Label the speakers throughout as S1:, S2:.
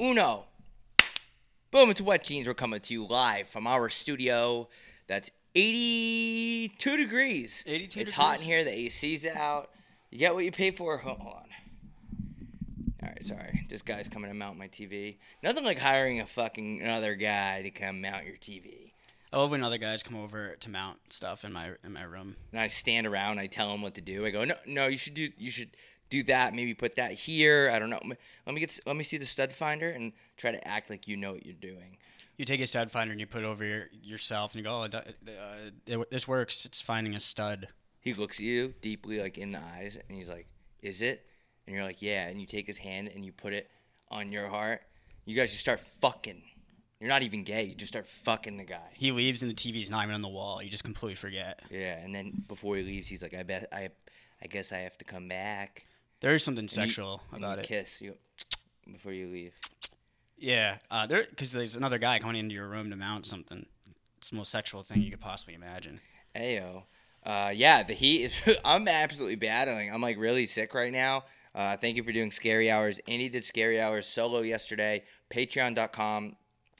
S1: uno. Boom, it's Wet Jeans. We're coming to you live from our studio. That's 82 degrees.
S2: 82
S1: It's
S2: degrees.
S1: hot in here. The AC's out. You get what you pay for. Hold hold on. All right, sorry. This guy's coming to mount my TV. Nothing like hiring a fucking another guy to come mount your TV.
S2: I love when other guys come over to mount stuff in my in my room.
S1: and I stand around. And I tell him what to do. I go, no, no, you should do, you should do that. Maybe put that here. I don't know. Let me get, s- let me see the stud finder and try to act like you know what you're doing.
S2: You take a stud finder and you put it over your, yourself, and you go, "Oh, it do- uh, it- this works. It's finding a stud."
S1: He looks at you deeply, like in the eyes, and he's like, "Is it?" And you're like, "Yeah." And you take his hand and you put it on your heart. You guys just start fucking. You're not even gay. You just start fucking the guy.
S2: He leaves, and the TV's not even on the wall. You just completely forget.
S1: Yeah. And then before he leaves, he's like, "I bet I, I guess I have to come back."
S2: There is something
S1: And you-
S2: sexual
S1: and
S2: about
S1: you
S2: it.
S1: Kiss you before you leave.
S2: Yeah, uh, there because there's another guy coming into your room to mount something. It's the most sexual thing you could possibly imagine.
S1: Ayo. Uh, yeah, the heat is. I'm absolutely battling. I'm like really sick right now. Uh, thank you for doing Scary Hours. Andy did Scary Hours solo yesterday. Patreon.com.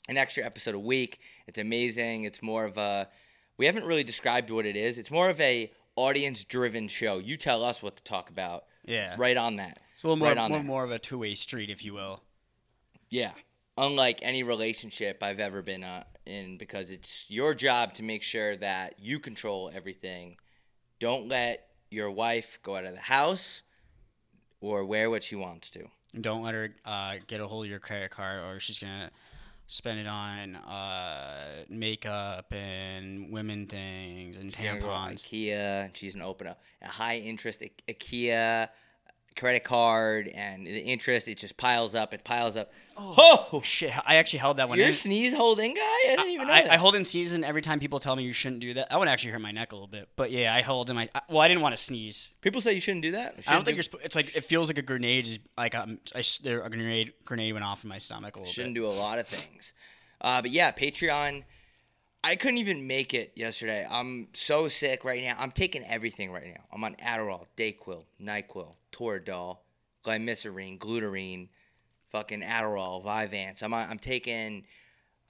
S1: An extra episode a week. It's amazing. It's more of a. We haven't really described what it is. It's more of a audience driven show. You tell us what to talk about.
S2: Yeah,
S1: Right on that.
S2: It's a little more
S1: right on
S2: more,
S1: that.
S2: more of a two way street, if you will.
S1: Yeah. Unlike any relationship I've ever been uh, in, because it's your job to make sure that you control everything. Don't let your wife go out of the house or wear what she wants to.
S2: And Don't let her uh, get a hold of your credit card, or she's gonna spend it on uh, makeup and women things and
S1: She's gonna go to
S2: tampons.
S1: IKEA, and she's gonna open up a high interest I- IKEA uh, credit card, and the interest it just piles up. It piles up.
S2: Oh shit! I actually held that one.
S1: You're
S2: in.
S1: a sneeze holding guy. I didn't even know
S2: I,
S1: that.
S2: I hold in sneeze, and every time people tell me you shouldn't do that, that would actually hurt my neck a little bit. But yeah, I hold in my. I- Well, I didn't want to sneeze.
S1: People say you shouldn't do that.
S2: I don't
S1: Shouldn't
S2: think
S1: do-
S2: you're. Sp- it's like it feels like a grenade. Is like um, I s- there a grenade grenade went off in my stomach a little
S1: shouldn't
S2: bit.
S1: do a lot of things. Uh, but yeah, Patreon. I couldn't even make it yesterday. I'm so sick right now. I'm taking everything right now. I'm on Adderall, Dayquil, Nyquil, Toradol, Glymicerine, Glutarine, fucking Adderall, Vyvanse. I'm on, I'm taking.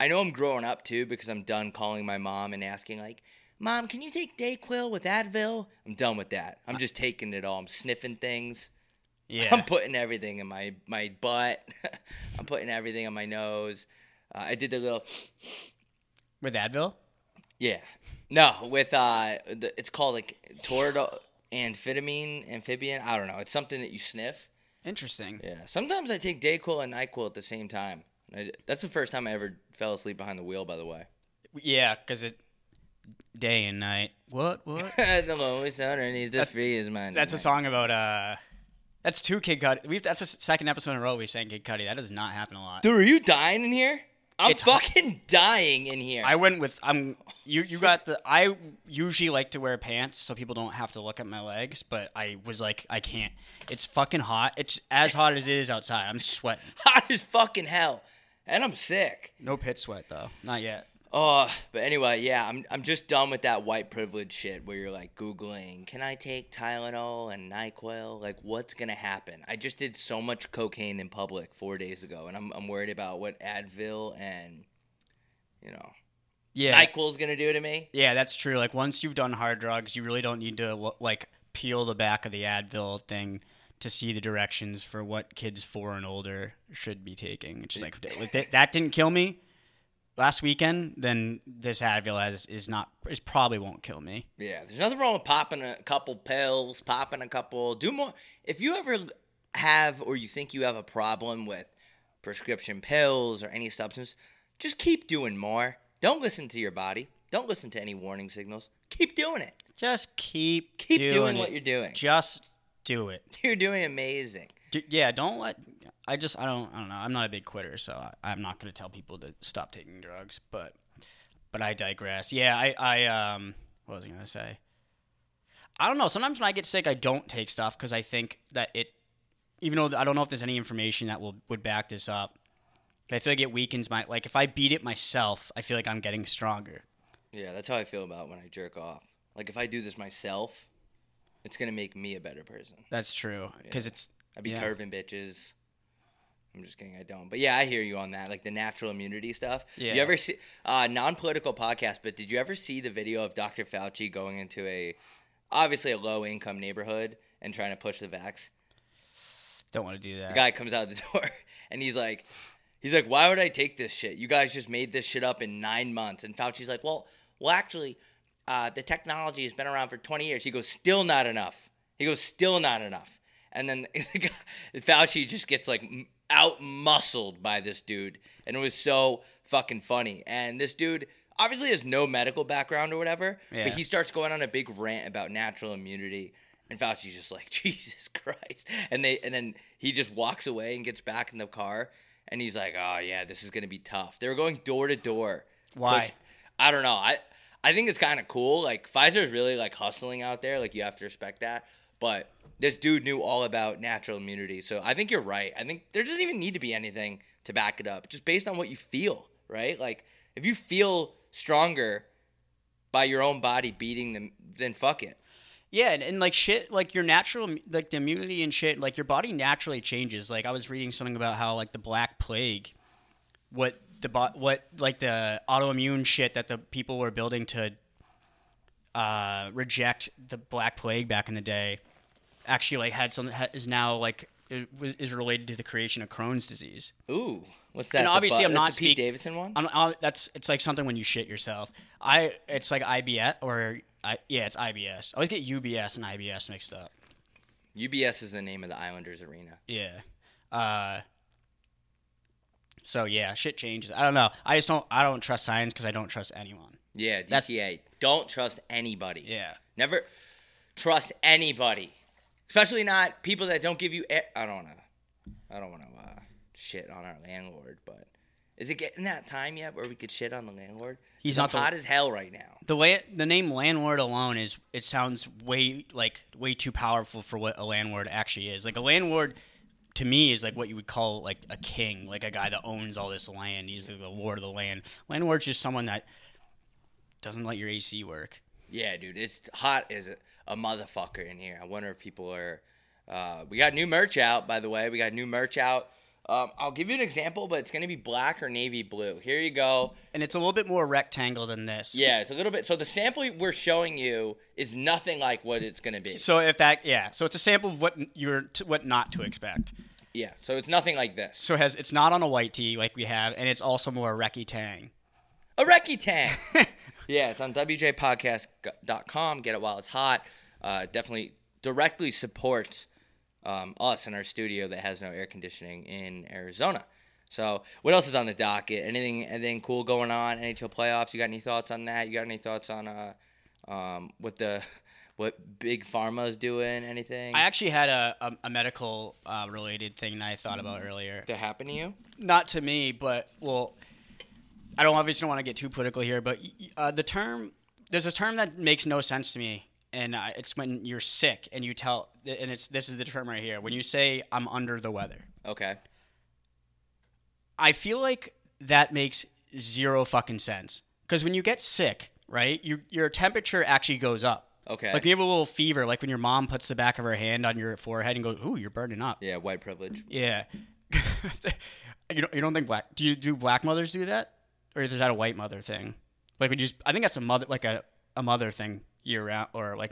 S1: I know I'm growing up too because I'm done calling my mom and asking like, "Mom, can you take Dayquil with Advil?" I'm done with that. I'm just taking it all. I'm sniffing things.
S2: yeah,
S1: I'm putting everything in my my butt. I'm putting everything on my nose. Uh, I did the little
S2: with Advil.
S1: yeah. No, with uh, the, it's called like Toradol, amphetamine, amphibian. I don't know. It's something that you sniff.
S2: Interesting.
S1: Yeah. Sometimes I take Dayquil and Nyquil at the same time. I- that's the first time I ever fell asleep behind the wheel. By the way,
S2: Yeah, because it day and night. What? What?
S1: the loneliest owner needs to free his mind.
S2: That's a song about uh. That's two Kid Cudi. We've that's the second episode in a row we sang Kid Cudi. That does not happen a lot.
S1: Dude, are you dying in here? I'm
S2: It's-
S1: fucking dying in here.
S2: I went with I'm you. You got the. I usually like to wear pants so people don't have to look at my legs, but I was like, I can't. It's fucking hot. It's as hot as it is outside. I'm sweating.
S1: hot as fucking hell, and I'm sick.
S2: No pit sweat though. Not yet.
S1: Oh, but anyway, yeah, I'm I'm just done with that white privilege shit where you're like googling, can I take Tylenol and Nyquil? Like, what's gonna happen? I just did so much cocaine in public four days ago, and I'm I'm worried about what Advil and you know
S2: Yeah.
S1: Nyquil's gonna do to me.
S2: yeah, that's true. Like once you've done hard drugs, you really don't need to lo- like peel the back of the Advil thing to see the directions for what kids four and older should be taking. It's just like if that- that didn't kill me last weekend, then this Advil has is not is probably won't kill me.
S1: Yeah, there's nothing wrong with popping a couple pills, popping a couple. Do more. If you ever have or you think you have a problem with prescription pills or any substance, just keep doing more. Don't listen to your body. Don't listen to any warning signals. Keep doing it.
S2: Just keep
S1: Keep doing, what
S2: it.
S1: you're doing.
S2: Just do it.
S1: You're doing amazing.
S2: D- yeah, don't let. I just I don't I don't know. I'm not a big quitter, so I, I'm not going to tell people to stop taking drugs. But but I digress. Yeah, I I um what was I going to say? I don't know. Sometimes when I get sick, I don't take stuff because I think that it. Even though I don't know if there's any information that will would back this up, but I feel like it weakens my like if I beat it myself, I feel like I'm getting stronger.
S1: Yeah, that's how I feel about when I jerk off. Like if I do this myself, it's gonna make me a better person.
S2: That's true because it's
S1: I'd be
S2: Yeah.
S1: curving bitches. I'm just kidding. I don't. But yeah, I hear you on that, like the natural immunity stuff.
S2: Yeah.
S1: You ever see uh, non-political podcast? But did you ever see the video of Dr. Fauci going into a obviously a low-income neighborhood and trying to push the vax?
S2: Don't want to do that.
S1: The guy comes out the door and he's like, he's like, why would I take this shit? You guys just made this shit up in nine months. And Fauci's like, well, well, actually, uh, the technology has been around for 20 years. He goes, still not enough. He goes, still not enough. And then the guy, Fauci just gets like out muscled by this dude. And it was so fucking funny. And this dude obviously has no medical background or whatever,
S2: Yeah.
S1: but he starts going on a big rant about natural immunity. And Fauci's just like, Jesus Christ. And they and then he just walks away and gets back in the car and he's like, Oh yeah, this is gonna be tough. They were going door to door.
S2: Why?
S1: Push- I don't know. I I think it's kinda cool. Like Pfizer's really like hustling out there, like you have to respect that. But this dude knew all about natural immunity. So I think you're right. I think there doesn't even need to be anything to back it up. Just based on what you feel, right? Like if you feel stronger by your own body beating them, then fuck it.
S2: Yeah, and, and like shit, like your natural, like the immunity and shit, like your body naturally changes. Like I was reading something about how like the Black Plague, what the bo- what like the autoimmune shit that the people were building to uh, reject the Black Plague back in the day, actually like had some ha- is now like i- is related to the creation of Crohn's disease.
S1: Ooh, what's that?
S2: And
S1: The
S2: obviously
S1: bu-
S2: I'm
S1: that's
S2: not
S1: the Pete
S2: speak-
S1: Davidson one.
S2: I'm, i that's it's like something when you shit yourself. I it's like IBS or I, yeah, it's IBS. I always get UBS and IBS mixed up.
S1: UBS is the name of the Islanders arena.
S2: Yeah. Uh, so yeah, shit changes. I don't know. I just don't. I don't trust science because I don't trust anyone.
S1: Yeah,
S2: That's-
S1: DTA. Don't trust anybody.
S2: Yeah.
S1: Never trust anybody, especially not people that don't give you. e- I don't wanna. I don't wanna uh, shit on our landlord, but is it getting that time yet where we could shit on the landlord?
S2: He's
S1: 'Cause
S2: not
S1: I'm
S2: the-
S1: hot as hell right now.
S2: The way the name landlord alone is, it sounds way like way too powerful for what a landlord actually is. Like a landlord, to me, is like what you would call like a king, like a guy that owns all this land. He's the lord of the land. Landlord's just someone that doesn't let your AC work.
S1: Yeah, dude, it's hot as a, a motherfucker in here. I wonder if people are. Uh, we got new merch out, by the way. We got new merch out. Um, I'll give you an example, but it's gonna be black or navy blue. Here you go.
S2: And it's a little bit more rectangle than this.
S1: Yeah, it's a little bit. So the sample we're showing you is nothing like what it's gonna be.
S2: So if that, yeah. So it's a sample of what you're, t- what not to expect.
S1: Yeah, so it's nothing like this.
S2: So it has it's not on a white tee like we have, and it's also more recce tang.
S1: A recce tank. yeah, it's on wjpodcast.com. Get it while it's hot. Uh, definitely directly supports um, us in our studio that has no air conditioning in Arizona. So, what else is on the docket? Anything, anything cool going on? NHL playoffs? You got any thoughts on that? You got any thoughts on uh, um, what the what big pharma is doing? Anything
S2: I actually had a, a, a medical uh, related thing that I thought about earlier.
S1: that happened to you?
S2: Not to me, but well, I don't obviously don't want to get too political here, but y- y- uh, the term there's a term that makes no sense to me, and uh, it's when you're sick and you tell, and it's this is the term right here when you say I'm under the weather.
S1: Okay.
S2: I feel like that makes zero fucking sense because when you get sick, right, you, your temperature actually goes up.
S1: Okay.
S2: Like when you have a little fever, like when your mom puts the back of her hand on your forehead and goes, "Ooh, you're burning up."
S1: Yeah, white privilege.
S2: Yeah. you don't. You don't think black? Do you do black mothers do that, or is that a white mother thing? Like would you? Just, I think that's a mother, like a, a mother thing year round, or like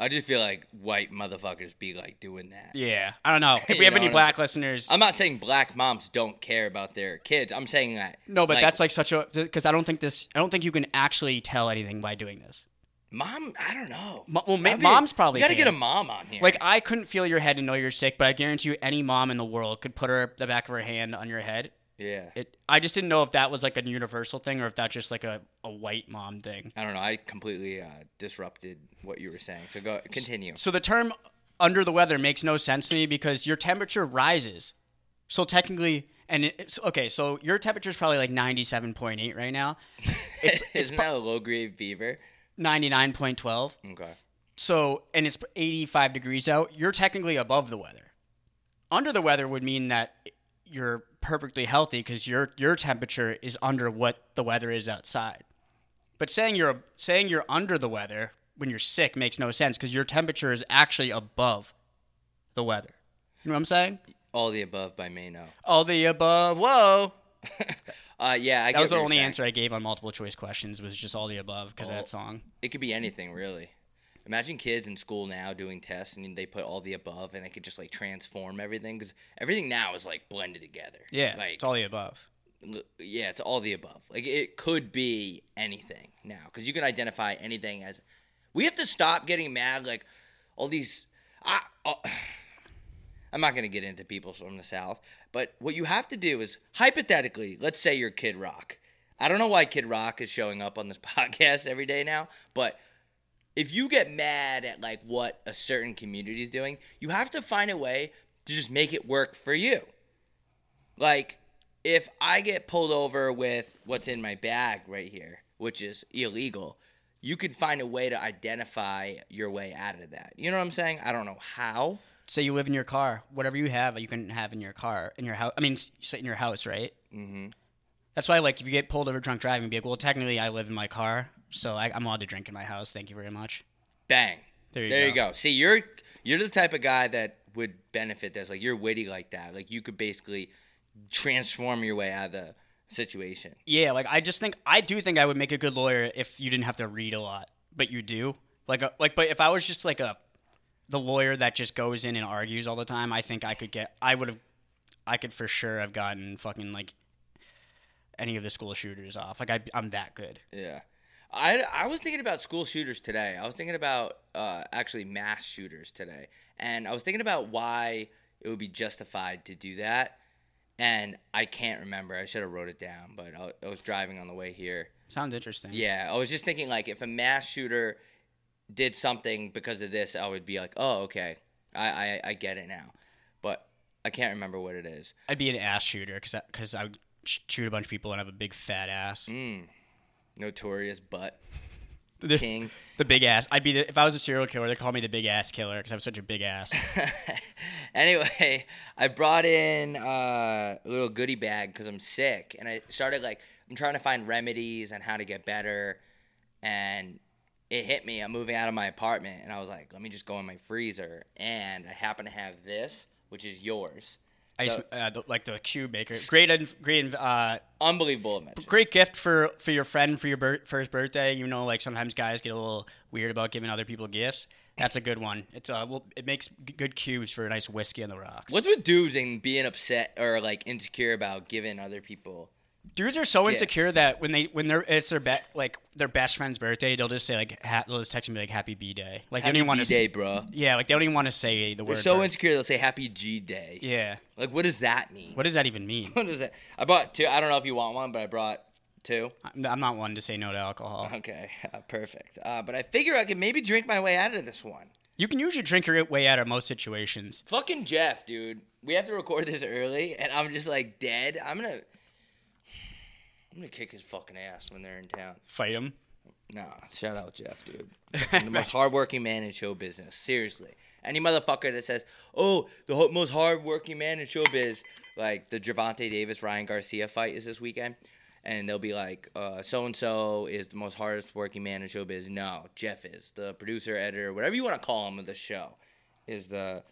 S1: I just feel like white motherfuckers be like doing that.
S2: yeah. I don't know. If
S1: You
S2: we have
S1: know
S2: any
S1: what I'm
S2: black listeners,
S1: I'm not saying black moms don't care about their kids. I'm saying that.
S2: no, but that's like such a because I don't think this. I don't think you can actually tell anything by doing this.
S1: mom. I don't know.
S2: Mo- well, ma-
S1: I'd be-
S2: moms probably
S1: You gotta
S2: can.
S1: get a mom on here.
S2: Like I couldn't feel your head and know you're sick, but I guarantee you, any mom in the world could put her the back of her hand on your head.
S1: yeah.
S2: It. I just didn't know if that was like a universal thing or if that's just like a, a white mom thing.
S1: I don't know. I completely uh, disrupted what you were saying. So go continue.
S2: So the term "under the weather" makes no sense to me because your temperature rises. So technically, and it- it's okay. So your temperature is probably like ninety-seven point eight right now. It's it's
S1: Isn't that a low grade fever?
S2: ninety-nine point twelve.
S1: Okay.
S2: So, and it's 85 degrees out, you're technically above the weather. Under the weather would mean that you're perfectly healthy because your your temperature is under what the weather is outside. But saying you're saying you're under the weather when you're sick makes no sense because your temperature is actually above the weather. You know what I'm saying?
S1: All the above by Mano.
S2: All the above. Whoa.
S1: Uh, yeah, I
S2: That
S1: get
S2: was
S1: what
S2: the
S1: you're
S2: only
S1: saying. Oh,
S2: answer I gave on multiple choice questions was just all the above because of that song.
S1: It could be anything, really. Imagine kids in school now doing tests and they put all the above and they could just like transform everything because everything now is like blended together.
S2: Yeah,
S1: like
S2: it's all the above.
S1: l- yeah, it's all the above. Like it could be anything now because you can identify anything as. We have to stop getting mad like all these. I, uh, I'm not gonna get into people from the south, but what you have to do is hypothetically, let's say you're Kid Rock. I don't know why Kid Rock is showing up on this podcast every day now, but if you get mad at like what a certain community is doing, you have to find a way to just make it work for you. Like, if I get pulled over with what's in my bag right here, which is illegal, you could find a way to identify your way out of that. You know what I'm saying? I don't know how.
S2: Say you live in your car. Whatever you have, you can have in your car, in your house. I mean, s- so in your house, right? Mm-hmm. That's why, like, if you get pulled over drunk driving, be like, well, technically, I live in my car, so I, I'm allowed to drink in my house. Thank you very much.
S1: Bang.
S2: There you
S1: you go. See, you're you're the type of guy that would benefit this. Like you're witty like that. Like you could basically transform your way out of the situation.
S2: Yeah, like I just think I do think I would make a good lawyer if you didn't have to read a lot, but you do. Like, a, like, but if I was just like a the lawyer that just goes in and argues all the time, I think I could get. I would have. I could for sure have gotten fucking like any of the school shooters off. Like I, I'm that good.
S1: Yeah. I, I was thinking about school shooters today. I was thinking about uh, actually mass shooters today. And I was thinking about why it would be justified to do that. And I can't remember. I should have wrote it down, but I, I was driving on the way here.
S2: Sounds interesting.
S1: Yeah, I was just thinking like if a mass shooter did something because of this, I would be like, oh, okay, I, I, I get it now. But I can't remember what it is.
S2: I'd be an ass shooter because because I, would sh- shoot a bunch of people and have a big fat
S1: Mm,
S2: ass.
S1: Hmm. Notorious butt
S2: The,
S1: king.
S2: the big ass. I'd be the, if I was a serial killer, they would call me the big ass killer because I was such a big ass.
S1: anyway, I brought in uh, a little goodie bag because I'm sick, and I started like I'm trying to find remedies on how to get better, and it hit me. I'm moving out of my apartment, and I was like, let me just go in my freezer, and I happen to have this, which is yours.
S2: I used to, uh, the, like the cube maker. Great, in- great, in- uh,
S1: Unbelievable invention.
S2: great gift for for your friend for your bir- first birthday. You know, like sometimes guys get a little weird about giving other people gifts. That's a good one. It's uh, well, it makes g- good cubes for a nice whiskey on the rocks.
S1: What's with dudes and being upset or like insecure about giving other people?
S2: Dudes are so insecure that when they when they're it's their be- like their best friend's birthday, they'll just say like ha- they'll just text and be like Happy B Day. Like they don't even want to.
S1: Happy B-Day, bro.
S2: Yeah, like they don't even want to say the
S1: They're
S2: word.
S1: so
S2: birth-
S1: insecure they'll say Happy G Day.
S2: yeah.
S1: Like, what does that mean?
S2: What does that even mean?
S1: What is that? I bought two. I don't know if you want one, but I brought two.
S2: I'm I'm not one to say no to alcohol.
S1: Okay, uh, perfect. Uh, but I figure I can maybe drink my way out of this one.
S2: You can usually drink your way out of most situations.
S1: Fucking Jeff, dude. We have to record this early, and I'm just like dead. I'm gonna, I'm gonna kick his fucking ass when they're in town.
S2: Fight them.
S1: Nah, shout out Jeff, dude. Fucking the most hardworking man in show business. Seriously, any motherfucker that says, "Oh, the ho- most hardworking man in showbiz," like the Javante Davis Ryan Garcia fight is this weekend, and they'll be like, "So and so is the most hardest working man in showbiz." No, Jeff is the producer, editor, whatever you want to call him of the show, is the.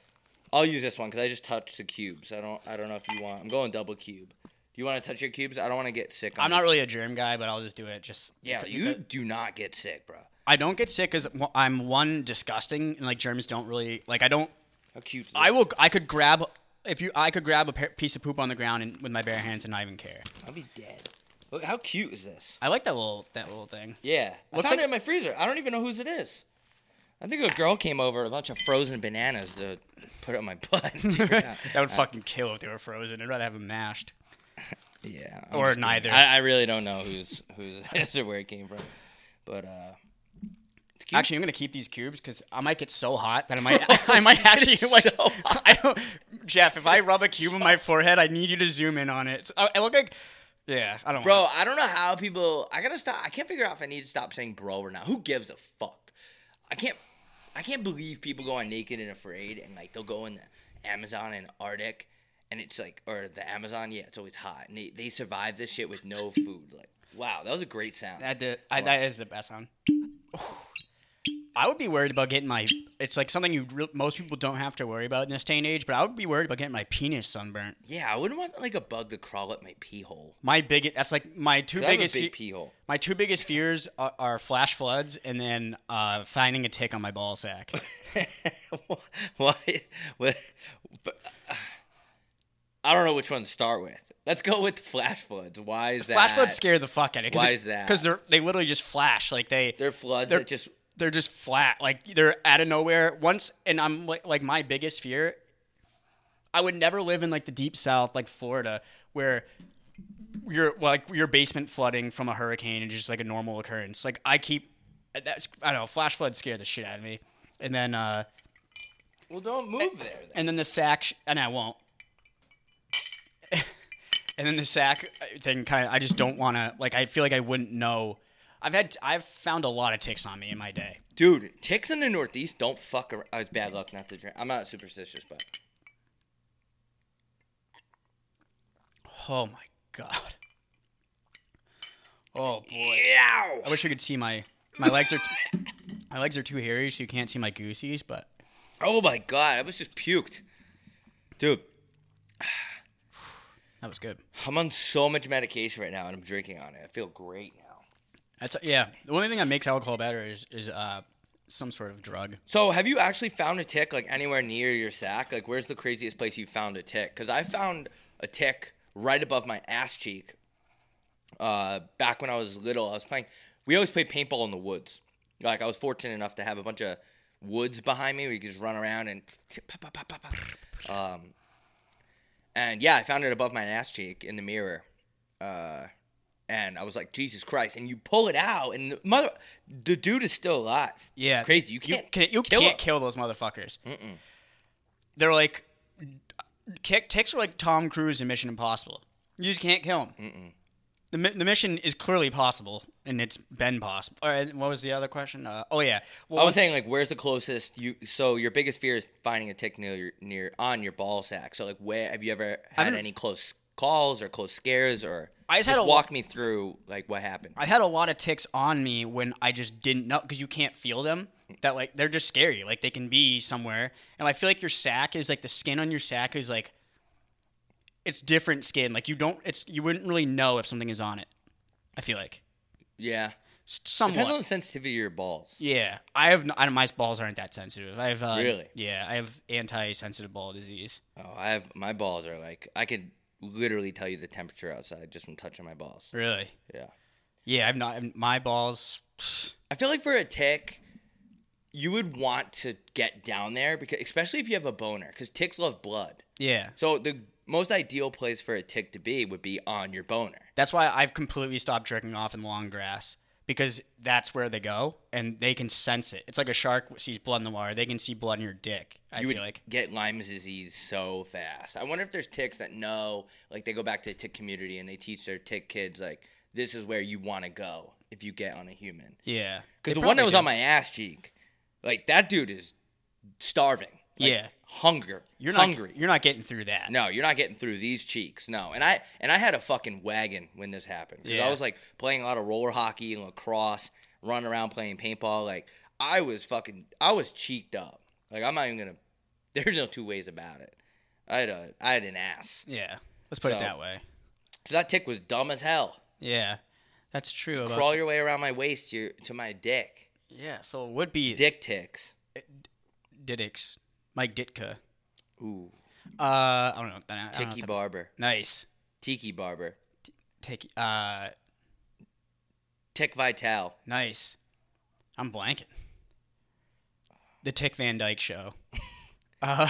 S1: I'll use this one because I just touched the cubes. I don't. I don't know if you want. I'm going double cube. Do you want to touch your cubes? I don't want to get sick. On
S2: I'm
S1: this.
S2: not really a germ guy, but I'll just do it. Just
S1: Yeah, you do not get sick, bro.
S2: I don't get sick because I'm one disgusting, and like germs don't really like. I don't.
S1: How cute. Is
S2: I will. I could grab if you. I could grab a pa- piece of poop on the ground and, with my bare hands and not even care.
S1: I'll be dead. Look, how cute is this?
S2: I like that little that little thing.
S1: Yeah. I
S2: Looks
S1: found
S2: like-
S1: it in my freezer. I don't even know whose it is. I think a girl came over with a bunch of frozen bananas to put it on my butt. yeah. Uh,
S2: That would fucking kill if they were frozen. I'd rather have them mashed.
S1: Yeah, I'm
S2: Or
S1: just kidding.
S2: neither.
S1: I, I really don't know who's who's it is or where it came from. But uh Cube?
S2: Actually, I'm gonna keep these cubes because I might get so hot that I might. I might actually like. I don't, Jeff, if I rub a cube on my forehead, I need you to zoom in on it. I, I look like. Yeah, I don't. wanna-
S1: Bro, I don't know how people I gotta stop I can't figure out if I need to stop saying bro or not. Who gives a fuck? I can't I can't believe people go on naked and afraid and like they'll go in the Amazon and Arctic and it's like or the Amazon, yeah, it's always hot. And they, they survive this shit with no food. Like wow, that was a great sound.
S2: That, did, I, that is the best one. I would be worried about getting my. It's like something you re- most people don't have to worry about in this day and age, but I would be worried about getting my penis sunburnt.
S1: Yeah, I wouldn't want like a bug to crawl up my pee hole.
S2: My biggest. That's like my two
S1: 'Cause I have a
S2: biggest.
S1: big
S2: fe-
S1: pee hole.
S2: my two biggest fears are, are flash floods and then uh, finding a tick on my ball sack.
S1: Why? What? But, uh, I don't know which one to start with. Let's go with the flash floods. Why is that?
S2: Flash floods scare the fuck out of me.
S1: Why is that?
S2: Because they're they literally just flash like they
S1: They're floods
S2: They're-
S1: that just
S2: they're just flat like they're out of nowhere once and i'm like, like my biggest fear i would never live in like the deep south like florida where your like your basement flooding from a hurricane is just like a normal occurrence like i keep that's i don't know flash floods scare the shit out of me and then uh
S1: well don't move there. Then.
S2: and then the sack sh- and i won't and then the sack thing kind of i just don't want to like i feel like i wouldn't know i've had i've found a lot of ticks on me in my day
S1: Dude, ticks in the Northeast don't fuck around. It's bad luck not to drink. I'm not superstitious, but
S2: Oh my god. Oh boy.
S1: Ew.
S2: I wish I could see my my legs are t- my legs are too hairy, so you can't see my goosies. But
S1: Oh my god, I was just puked, dude.
S2: that was good.
S1: I'm on so much medication right now, and I'm drinking on it. I feel great now.
S2: That's yeah. The only thing that makes alcohol better is is uh some sort of drug.
S1: So, have you actually found a tick like anywhere near your sack? Like, where's the craziest place you found a tick? Because I found a tick right above my ass cheek. Uh, back when I was little, I was playing. We always played paintball in the woods. Like, I was fortunate enough to have a bunch of woods behind me where you could just run around and. Um, and yeah, I found it above my ass cheek in the mirror. Uh, and I was like, Jesus Christ! And you pull it out, and the mother, the dude is still alive.
S2: Yeah,
S1: crazy. You can't.
S2: can, you
S1: kill
S2: can't
S1: him.
S2: kill those motherfuckers. They're like kick, ticks are like Tom Cruise in Mission Impossible. You just can't kill them. The, mi- the mission is clearly possible, and it's been possible. All right, what was the other question? Uh, oh yeah, well,
S1: I was saying like, where's the closest you? So your biggest fear is finding a tick near your, near on your ball sack. So like, where have you ever had
S2: haven't-
S1: any close calls or close scares or?
S2: I just had a lo-
S1: walk me through like what happened.
S2: I had a lot of ticks on me when I just didn't know because you can't feel them. That like they're just scary. Like they can be somewhere, and I feel like your sack is like the skin on your sack is like it's different skin. Like you don't. It's you wouldn't really know if something is on it. I feel like
S1: yeah,
S2: S-
S1: depends
S2: somewhat.
S1: on the sensitivity of your balls.
S2: yeah, I have. n- I don't, my balls aren't that sensitive. I have uh,
S1: Really?
S2: Yeah, I have anti-sensitive ball disease.
S1: Oh, I have my balls are like I could literally tell you the temperature outside just from touching my balls.
S2: Really?
S1: Yeah.
S2: Yeah, I've not. My balls.
S1: I feel like for a tick, you would want to get down there because, especially if you have a boner, because ticks love blood.
S2: Yeah.
S1: So the most ideal place for a tick to be would be on your boner.
S2: That's why I've completely stopped jerking off in long grass because that's where they go and they can sense it. It's like a shark sees blood in the water; they can see blood in your dick. I
S1: You
S2: feel
S1: would
S2: like
S1: get Lyme disease so fast. I wonder if there's ticks that know, like they go back to the tick community and they teach their tick kids, like this is where you want to go if you get on a human.
S2: yeah,
S1: Because the one that was on my ass cheek, like that dude is starving. Like,
S2: Yeah.
S1: hunger.
S2: you're not
S1: hungry.
S2: You're not getting through that.
S1: No, you're not getting through these cheeks. No, and I and I had a fucking wagon when this happened 'Cause
S2: Yeah.
S1: I was like playing a lot of roller hockey and lacrosse, running around playing paintball. Like I was fucking, I was cheeked up. Like I'm not even gonna. There's no two ways about it. I had a, I had an ass.
S2: Yeah, let's put it
S1: So-
S2: that way.
S1: So that tick was dumb as hell.
S2: Yeah, that's true. About,
S1: Crawl your way around my waist your, to my dick.
S2: yeah, so it would be
S1: Dick ticks.
S2: Diddicks, Mike Ditka.
S1: Ooh,
S2: Uh, I don't know. I don't know
S1: tiki
S2: what
S1: barber,
S2: that- nice.
S1: tiki barber,
S2: Tiki. Uh,
S1: tick vital.
S2: nice. I'm blanking. The Tick Van Dyke Show. uh.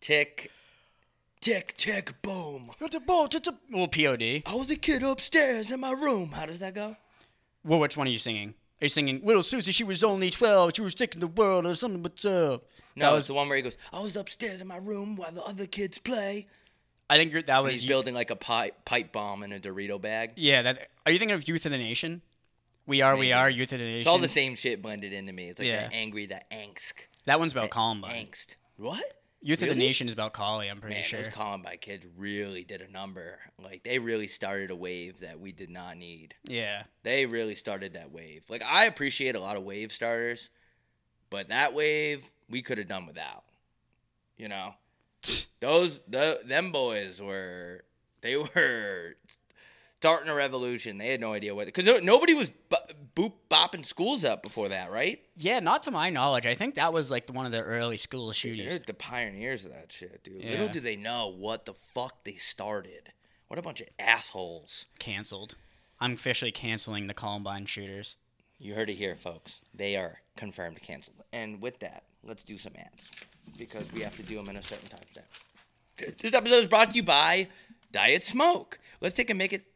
S1: Tick, tick, tick, boom.
S2: It's a boat. It's a well, POD.
S1: I was a kid upstairs in my room. How does that go?
S2: Well, which one are you singing? Are you singing "Little Susie"? She was only twelve. She was sick in the world or something. But uh,
S1: No,
S2: that
S1: it's
S2: was.
S1: the one where he goes, I was upstairs in my room while the other kids play.
S2: I think you're, that
S1: But
S2: was.
S1: he's building like a pipe, pipe bomb in a Dorito bag.
S2: yeah, that. Are you thinking of "Youth of the Nation"? We are. We
S1: Maybe.
S2: are "Youth of the Nation."
S1: It's all the same shit blended into me. It's like
S2: Yeah.
S1: that angry, that angst.
S2: That one's about Columbine.
S1: Angst. What?
S2: Youth of the
S1: Really?
S2: Nation is about Collie. I'm pretty
S1: Man,
S2: sure.
S1: those Columbine kids really did a number. Like they really started a wave that we did not need.
S2: yeah,
S1: They really started that wave. Like I appreciate a lot of wave starters, but that wave we could have done without. You know, those the, them boys were they were starting a revolution. They had no idea what because nobody was b- boop bopping schools up before that, right?
S2: yeah. Not to my knowledge. I think that was like one of the early school shootings.
S1: They're the pioneers of that shit, dude.
S2: Yeah.
S1: Little do they know what the fuck they started. What a bunch of assholes.
S2: Cancelled. I'm officially canceling the Columbine shooters.
S1: You heard it here, folks. They are confirmed canceled. And with that, let's do some ads because we have to do them in a certain time step. This episode is brought to you by Diet Smoke. Let's take a make it.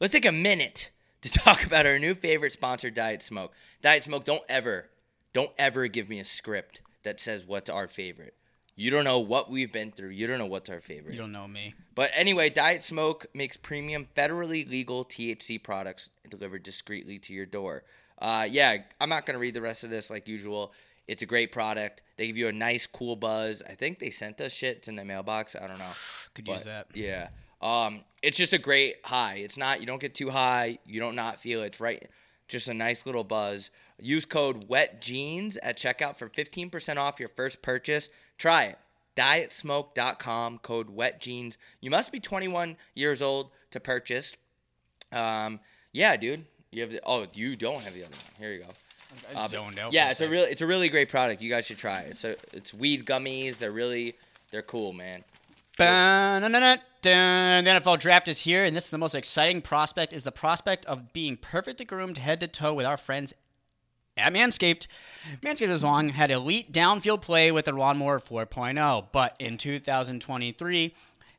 S1: Let's take a minute to talk about our new favorite sponsor, Diet Smoke. Diet Smoke, don't ever, don't ever give me a script that says what's our favorite. You don't know what we've been through. You don't know what's our favorite.
S2: You don't know me.
S1: But anyway, Diet Smoke makes premium, federally legal THC products delivered discreetly to your door. Uh, yeah, I'm not going to read the rest of this like usual. It's a great product. They give you a nice, cool buzz. I think they sent us shit. It's in the mailbox. I don't know.
S2: Could
S1: But,
S2: use that.
S1: Yeah. Um, it's just a great high. It's not, you don't get too high. You don't not feel it. It's right. Just a nice little buzz. Use code WETJEANS at checkout for 15% off your first purchase. Try it. Dietsmoke.com, code WETJEANS. You must be 21 years old to purchase. Um, yeah, dude. You have the, oh, you don't have the other one. Here you go.
S2: I zoned out.
S1: Yeah,
S2: for
S1: it's a
S2: second.
S1: real, it's a really great product. You guys should try it. It's a, it's weed gummies. They're really, they're cool, man.
S2: Ba-na-na-na, dun. The NFL draft is here, and this is the most exciting prospect is the prospect of being perfectly groomed head to toe with our friends at Manscaped. Manscaped has long had elite downfield play with the lawnmower 4.0, but in 2023,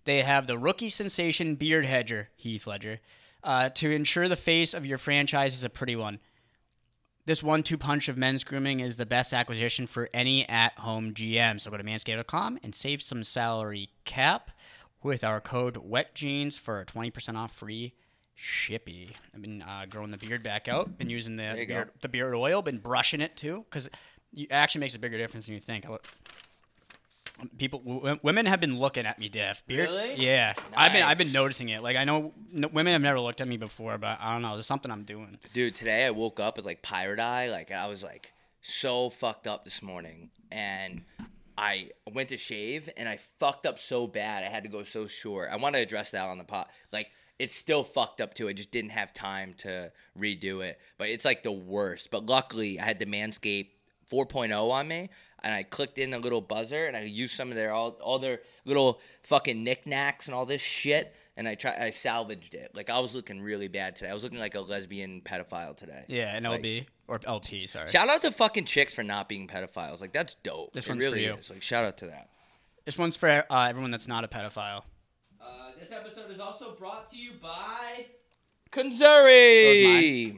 S2: they have the rookie sensation beard hedger, Heath Ledger, uh, to ensure the face of your franchise is a pretty one. This one two punch of men's grooming is the best acquisition for any at home GM. So go to manscaped.com and save some salary cap with our code WetJeans for 20% off free shippy. I've been uh, growing the beard back out, been using the
S1: you go.
S2: beard, the beard oil, been brushing it too, because it actually makes a bigger difference than you think. I look- People, w- women have been looking at me deaf. Beard,
S1: Really?
S2: Yeah, I've been I've been
S1: Nice.
S2: noticing it. Like I know n- women have never looked at me before, but I don't know. There's something I'm doing.
S1: Dude, today I woke up with like pirate eye. Like I was like so fucked up this morning, and I went to shave and I fucked up so bad. I had to go so short. I want to address that on the pot. Like it's still fucked up too. I just didn't have time to redo it, but it's like the worst. But luckily, I had the Manscaped 4.0 on me. And I clicked in the little buzzer, and I used some of their all, all their little fucking knickknacks and all this shit, and I try I salvaged it. Like I was looking really bad today. I was looking like a lesbian pedophile today.
S2: Yeah, an
S1: Like,
S2: LB or LT. Sorry.
S1: Shout out to fucking chicks for not being pedophiles. Like that's dope.
S2: This
S1: it
S2: one's for
S1: really
S2: you.
S1: is. Like shout out to that.
S2: This one's for uh, everyone that's not a pedophile.
S1: Uh, this episode is also brought to you by
S2: Those
S1: Kanzuri. I
S2: Those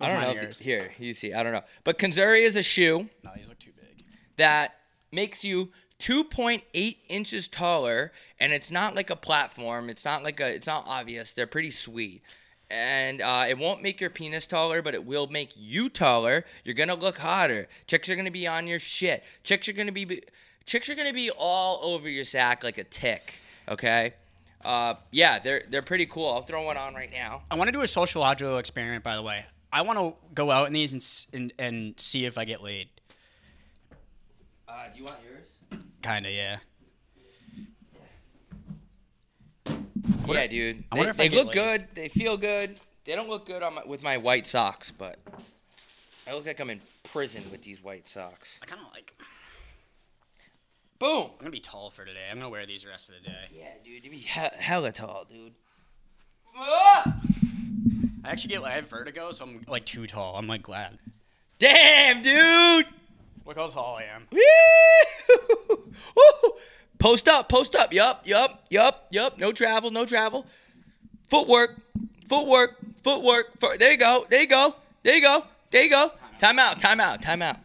S1: don't
S2: mine
S1: know.
S2: or
S1: If
S2: yours?
S1: the, here, you see. I don't know. But Kanzuri is a shoe
S2: No, these look too big.
S1: that makes you 2.8 inches taller, and it's not like a platform. It's not like a. It's not obvious. They're pretty sweet. And uh, it won't make your penis taller, but it will make you taller. You're gonna look hotter. Chicks are gonna be on your shit. Chicks are gonna be, chicks are gonna be all over your sack like a tick. Okay. Uh, yeah, they're they're pretty cool. I'll throw one on right now.
S2: I want to do a sociological experiment, by the way. I want to go out in these and, s- and and see if I get laid.
S1: Uh, do you want yours?
S2: Kinda, yeah.
S1: yeah, dude.
S2: I
S1: they
S2: wonder if I
S1: they
S2: get
S1: look
S2: laid.
S1: good. They feel good. They don't look good on my, with my white socks, but I look like I'm in prison with these white socks.
S2: I kind of like. I'm
S1: Boom.
S2: gonna be tall for today. I'm gonna wear these the rest of the day.
S1: Yeah, dude. You'd be he- hella tall, dude.
S2: Ah! I actually get like I have vertigo, so I'm like too tall. I'm like glad.
S1: Damn, dude.
S2: Look how tall I am.
S1: Woo! Woo! Post up, post up. Yup, yup, yup, yup. No travel, no travel. Footwork, footwork, footwork. Fo- there you go, there you go, there you go, there you go. Time out, time out, time out.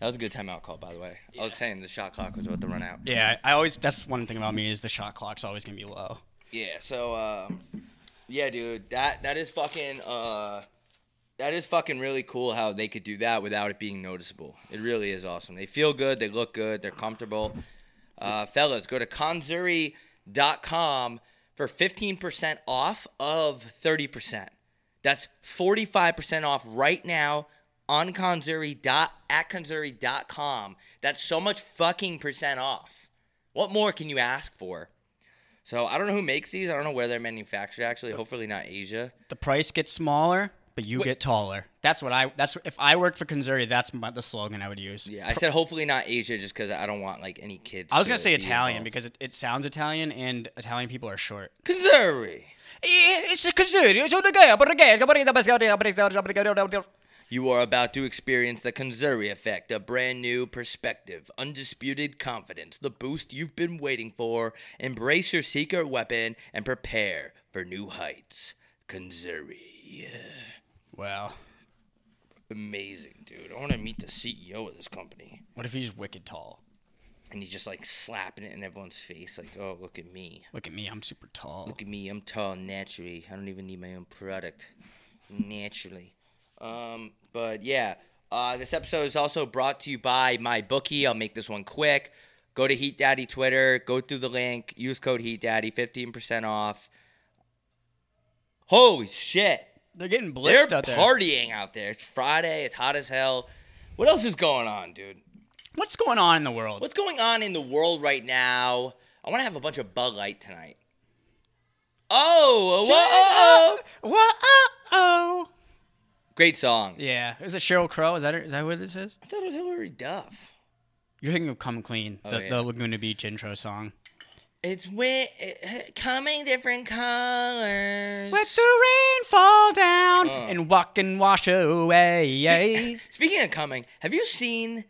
S1: That was a good timeout call, by the way. I was saying the shot clock was about to run out.
S2: Yeah, I always. That's one thing about me is the shot clock's always gonna be low.
S1: Yeah. So, um, yeah, dude, that that is fucking uh, that is fucking really cool how they could do that without it being noticeable. It really is awesome. They feel good, they look good, they're comfortable. Uh, fellas, go to konzuri.com for 15% off of 30%. That's 45% off right now on konzuri. Dot, at konzuri.com. That's so much fucking percent off. What more can you ask for? So I don't know who makes these. I don't know where they're manufactured actually. Hopefully not Asia.
S2: The price gets smaller, but you get taller. That's what I. That's if I worked for Konzuri, that's my, the slogan I would use.
S1: Yeah, I said hopefully not Asia just because I don't want like any kids.
S2: I was gonna
S1: to
S2: say
S1: be
S2: Italian
S1: involved.
S2: because it, it sounds Italian, and Italian people are short.
S1: Konzuri.
S2: It's Konzuri.
S1: You are about to experience the Konzuri effect, a brand new perspective, undisputed confidence, the boost you've been waiting for. Embrace your secret weapon and prepare for new heights. Konzuri.
S2: Well,
S1: Amazing, dude. I want to meet the CEO of this company.
S2: what if he's wicked tall?
S1: And he's just like slapping it in everyone's face, like, oh, look at me.
S2: Look at me, I'm super tall.
S1: Look at me, I'm tall naturally. I don't even need my own product. Naturally. Um, but yeah, uh, this episode is also brought to you by my bookie. I'll make this one quick. Go to Heat Daddy Twitter, go through the link, use code Heat Daddy, 15% off. Holy shit.
S2: They're getting
S1: They're
S2: blitzed out there.
S1: partying out there. It's Friday, it's hot as hell. What else is going on, dude?
S2: What's going on in the world?
S1: What's going on in the world right now? I want to have a bunch of Bud Light tonight. Oh, whoa, oh, oh.
S2: What? Oh.
S1: great song.
S2: Yeah. Is it Cheryl Crow? Is that her, is that who this is?
S1: I thought it was Hillary Duff.
S2: You're thinking of "Come Clean," the,
S1: yeah.
S2: the Laguna Beach intro song.
S1: It's wi- coming different colors.
S2: Let the rain fall down and walk and wash away.
S1: Speaking of coming, have you seen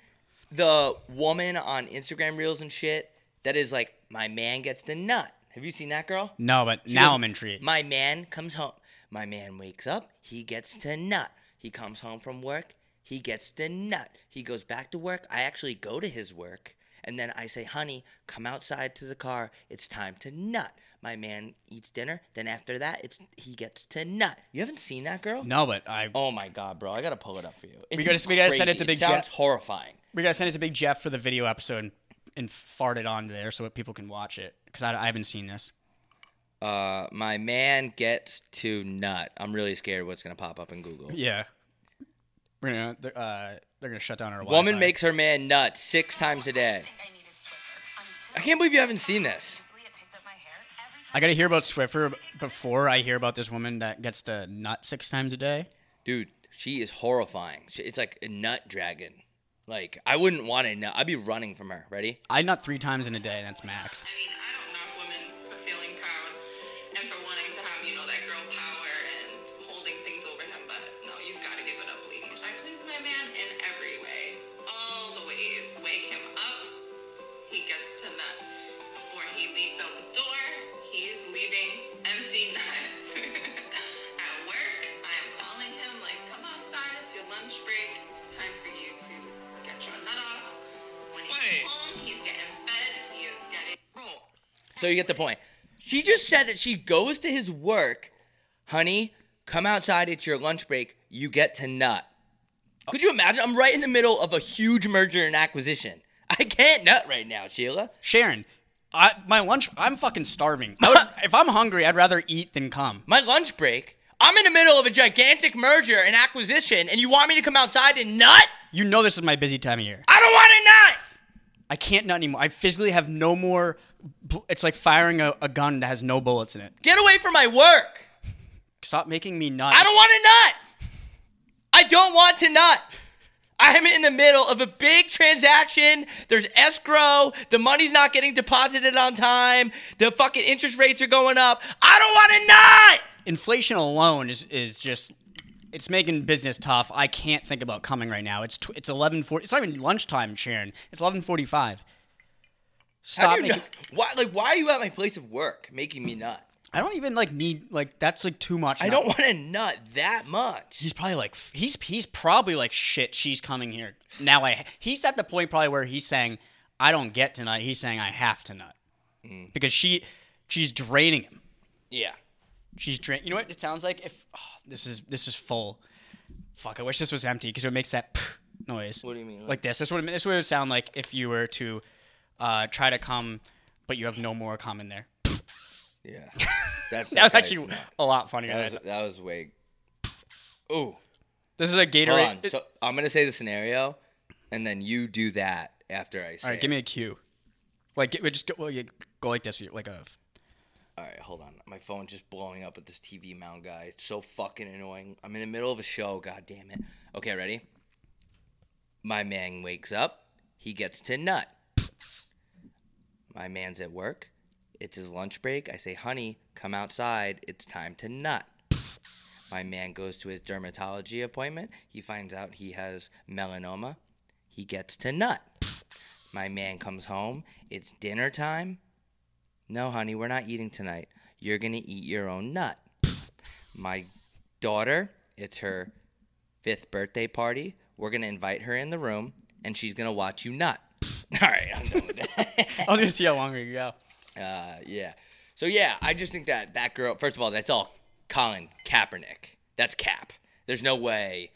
S1: the woman on Instagram reels and shit that is like, my man gets the nut? Have you seen that girl?
S2: no, but now
S1: goes,
S2: I'm intrigued.
S1: My man comes home. My man wakes up. He gets to nut. He comes home from work. He gets to nut. He goes back to work. I actually go to his work. And then I say, honey, come outside to the car. It's time to nut. My man eats dinner. Then after that, it's he gets to nut. You haven't seen that girl?
S2: No, but I
S1: Oh my god, bro! I gotta pull it up for you. It's
S2: gotta- we gotta send
S1: crazy.
S2: it to Big
S1: sounds
S2: Jeff.
S1: horrifying.
S2: we gotta send it to Big Jeff for the video episode and, and fart it on there so that people can watch it because I, I haven't seen this.
S1: Uh, my man gets to nut. I'm really scared what's gonna pop up in Google.
S2: Yeah, we're gonna they're, uh, they're gonna shut down our
S1: Woman
S2: Wi-Fi.
S1: makes her man nut six times a day.
S3: I can't believe you haven't seen this.
S2: I gotta hear about Swiffer before I hear about this woman that gets the nut six times a day.
S1: Dude, she is horrifying. She, it's like a nut dragon. Like, I wouldn't want a nut. I'd be running from her. Ready?
S2: I nut three times in a day. That's max.
S4: I mean, I don't knock women for feeling proud and for wanting to have, you know, that girl power and holding things over him, but no, you've got to give it up, ladies. I please my man in every way, all the ways. Wake him up, he gets to nut. Before he leaves out the door, he's leaving empty nuts. At work, I am calling him, like, come outside, it's your lunch break, it's time for you to get your nut off. When he's
S5: Wait.
S4: home, he's getting fed, he is getting.
S1: So you get the point. She just said that she goes to his work. Honey, come outside. It's your lunch break. You get to nut. Could you imagine? I'm right in the middle of a huge merger and acquisition. I can't nut right now, Sheila.
S2: Sharon, I, my lunch. I'm fucking starving. I would- if I'm hungry, I'd rather eat than come.
S1: My lunch break. I'm in the middle of a gigantic merger and acquisition, and you want me to come outside and nut?
S2: You know this is my busy time of year.
S1: I don't want to nut.
S2: I can't nut anymore. I physically have no more. bl- It's like firing a, a gun that has no bullets in it.
S1: Get away from my work.
S2: Stop making me nut.
S1: I don't want to nut. I don't want to nut. I am in the middle of a big transaction. There's escrow. The money's not getting deposited on time. The fucking interest rates are going up. I don't want to nut.
S2: Inflation alone is is just. It's making business tough. I can't think about coming right now. It's tw- it's eleven forty. It's not even lunchtime, Sharon. It's eleven forty five. Stop
S1: How do you
S2: making.
S1: nut? Why? Like, why are you at my place of work making me nut?
S2: I don't even like need like that's like too much.
S1: I
S2: nut.
S1: don't want to nut that much.
S2: He's probably like f- he's he's probably like shit. She's coming here now. I he's at the point probably where he's saying I don't get tonight. He's saying I have to nut
S1: Mm.
S2: because she she's draining him.
S1: Yeah.
S2: She's drain. You know what it sounds like? If oh, this is this is full. Fuck, I wish this was empty because it makes that noise.
S1: What do you mean?
S2: Like this. This would this would sound like if you were to uh, try to come, but you have no more cum in there.
S1: Yeah. That's
S2: That was
S1: okay.
S2: actually a lot funnier. than I
S1: That was,
S2: thought.
S1: that was way. Ooh.
S2: This is a
S1: Hold
S2: Gatorade.
S1: on. So I'm gonna say the scenario, and then you do that after I say.
S2: All right, give me a cue. Like, get, just go, well, you go like this, like a.
S1: All right, hold on. My phone's just blowing up with this TV mount guy. It's so fucking annoying. I'm in the middle of a show. God damn it. Okay, ready? My man wakes up. He gets to nut. My man's at work. It's his lunch break. I say, honey, come outside. It's time to nut. My man goes to his dermatology appointment. He finds out he has melanoma. He gets to nut. My man comes home. It's dinner time. No, honey, we're not eating tonight. You're going to eat your own nut. My daughter, it's her fifth birthday party. We're going to invite her in the room and she's going to watch you nut. All right, I'm done with that.
S2: I was gonna see how long we could go.
S1: uh, yeah. So, yeah, I just think that that girl, first of all, that's all Colin Kaepernick. That's Cap. There's no way.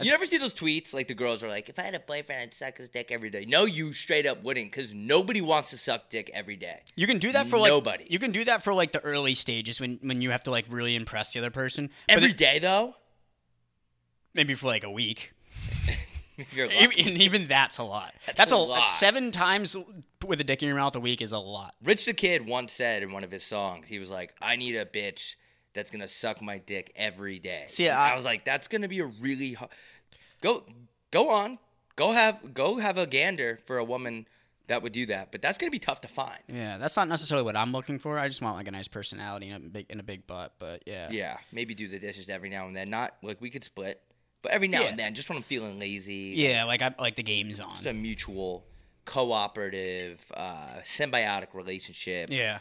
S1: you never see those tweets like the girls are like, if I had a boyfriend, I'd suck his dick every day. No, you straight up wouldn't because nobody wants to suck dick every day.
S2: You can do that for like
S1: Nobody.
S2: You can do that for like the early stages when when you have to like really impress the other person. But
S1: Every
S2: then-
S1: day, though?
S2: maybe for like a week.
S1: If you're
S2: Even,
S1: lucky.
S2: and even that's a lot. That's,
S1: a
S2: a,
S1: lot.
S2: seven times with a dick in your mouth a week is a lot.
S1: Rich the Kid once said in one of his songs, he was like, I need a bitch that's gonna suck my dick every day.
S2: See,
S1: And
S2: I-
S1: was like, that's gonna be a really hard go go on. Go have go have a gander for a woman that would do that, but that's gonna be tough to find.
S2: Yeah, that's not necessarily what I'm looking for. I just want like a nice personality and a big and a big butt. But yeah,
S1: Yeah, maybe do the dishes every now and then. Not like we could split, but every now
S2: Yeah.
S1: and then, just when I'm feeling lazy.
S2: yeah, like I like the game's on.
S1: Just a mutual, cooperative, uh, symbiotic relationship.
S2: yeah,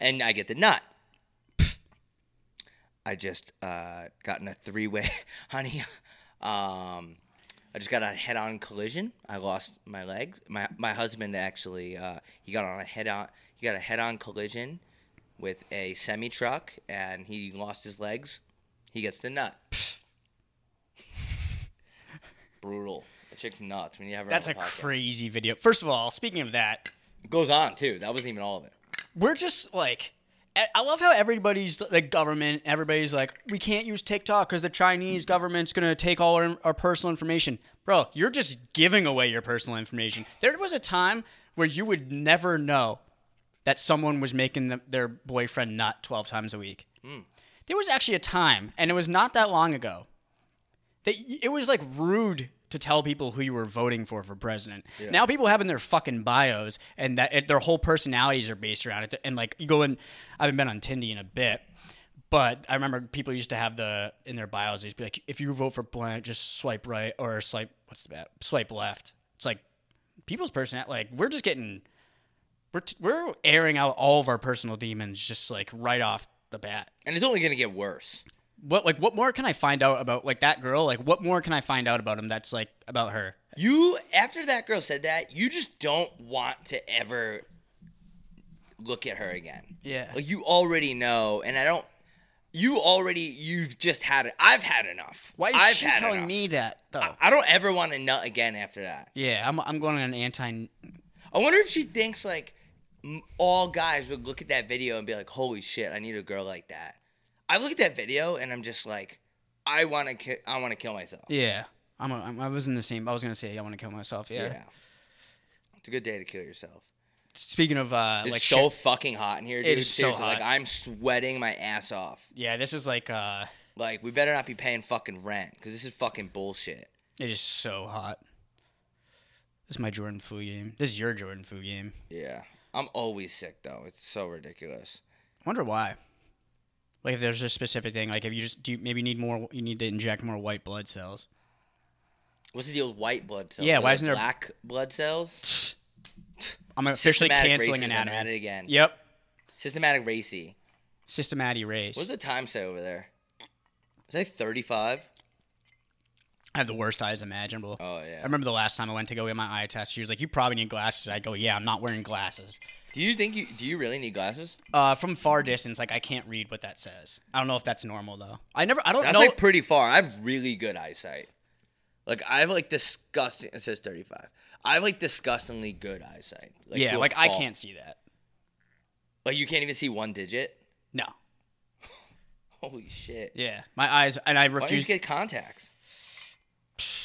S1: and I get the nut. I just uh, got in a three way, honey. Um, I just got on a head on collision. I lost my legs. My my husband actually uh, he got on a head on he got a head on collision with a semi truck and he lost his legs. He gets the nut. Brutal. A chick's nuts when you have her on
S2: that's
S1: the
S2: a
S1: podcast.
S2: crazy video. First of all, speaking of that,
S1: goes on too. That wasn't even all of it.
S2: we're just like e, I- I love how everybody's the government. Everybody's like, we can't use TikTok because the Chinese government's gonna take all our, our personal information, bro. You're just giving away your personal information. There was a time where you would never know that someone was making the, their boyfriend nut twelve times a week. There was actually a time, and it was not that long ago, that y- it was like rude to tell people who you were voting for for president. Now people have in their fucking bios and that it, their whole personalities are based around it. And like you go in, I haven't been on Tindy in a bit, but I remember people used to have the in their bios they used to be like, if you vote for blank, just swipe right or swipe what's the bat swipe left. It's like people's person like we're just getting we're t- we're airing out all of our personal demons just like right off the bat
S1: And it's only gonna get worse.
S2: what like what more can I find out about like that girl? Like what more can I find out about him that's like about her?
S1: You after that girl said that, you just don't want to ever look at her again.
S2: Yeah.
S1: Like you already know, and I don't. You already, you've just had it. I've had enough.
S2: Why is
S1: I've
S2: she
S1: had
S2: telling
S1: enough.
S2: me that though?
S1: I- I don't ever want to nut again after that.
S2: yeah, I'm I'm going on an anti
S1: I wonder if she thinks like m- all guys would look at that video and be like, "Holy shit, I need a girl like that." I look at that video and I'm just like, "I want to, ki- I want to kill myself."
S2: Yeah. I'm, a, I'm I was in the same I was going to say I want to kill myself. Yeah.
S1: Yeah. It's a good day to kill yourself.
S2: Speaking of uh
S1: It's
S2: like
S1: so
S2: shit-
S1: fucking hot in here, dude.
S2: is so
S1: Seriously, like
S2: hot.
S1: I'm sweating my ass off.
S2: Yeah, this is like uh
S1: Like we better not be paying fucking rent because this is fucking bullshit.
S2: it is so hot. This is my Jordan Fu game. This is your Jordan Fu game.
S1: Yeah, I'm always sick though. It's so ridiculous.
S2: wonder why. Like if there's a specific thing like if you just do you, maybe you need more you need to inject more white blood cells.
S1: What's the deal with white blood cells?
S2: Yeah,
S1: Are
S2: why isn't there-
S1: black blood cells?
S2: I'm officially
S1: Systematic
S2: canceling
S1: racism at
S2: an ad.
S1: it again.
S2: Yep.
S1: Systematic racy.
S2: Systematic race.
S1: What does the time say over there? Is that 35?
S2: I have the worst eyes imaginable.
S1: Oh, yeah.
S2: I remember the last time I went to go get my eye test. She was like, "You probably need glasses." I go, "Yeah, I'm not wearing glasses."
S1: Do you think you do you really need glasses?
S2: Uh, from far distance, like I can't read what that says. I don't know if that's normal though. I never. I don't
S1: That's
S2: know.
S1: like pretty far. I have really good eyesight. Like I have like disgusting. It says thirty five. I have like disgustingly good eyesight. Like, to
S2: yeah,
S1: a
S2: like I
S1: fault.
S2: can't see that.
S1: Like you can't even see one digit.
S2: No.
S1: Holy shit!
S2: Yeah, my eyes, and I
S1: Why don't you
S2: refuse.
S1: just get contacts?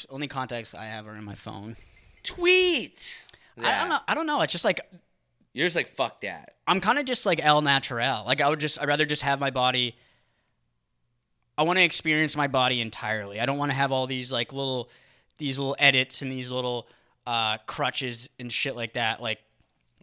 S2: only contacts I have are in my phone.
S1: Tweet.
S2: I don't know. I don't know. It's just like
S1: You're just like fuck that.
S2: I'm kind of just like el natural. Like I would just, I'd rather just have my body. I want to experience my body entirely. I don't want to have all these like little, these little edits and these little uh, crutches and shit like that. Like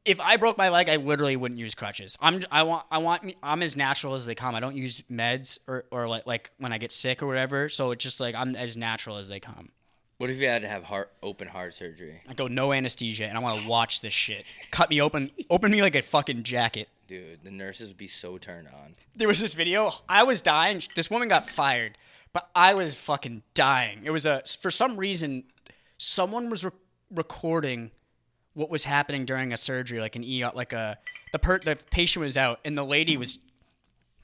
S2: if I broke my leg, I literally wouldn't use crutches. I'm, I want, I want, me- I'm as natural as they come. I don't use meds or, or like, like when I get sick or whatever. So it's just like I'm as natural as they come.
S1: What if you had to have heart open heart surgery,
S2: I go no anesthesia and I want to watch this shit. Cut me open, open me like a fucking jacket.
S1: dude? The nurses would be so turned on.
S2: there was this video. I was dying. This woman got fired, but I was fucking dying. It was a for some reason, someone was re- recording what was happening during a surgery, like an ER, like a the per the patient was out, and the lady was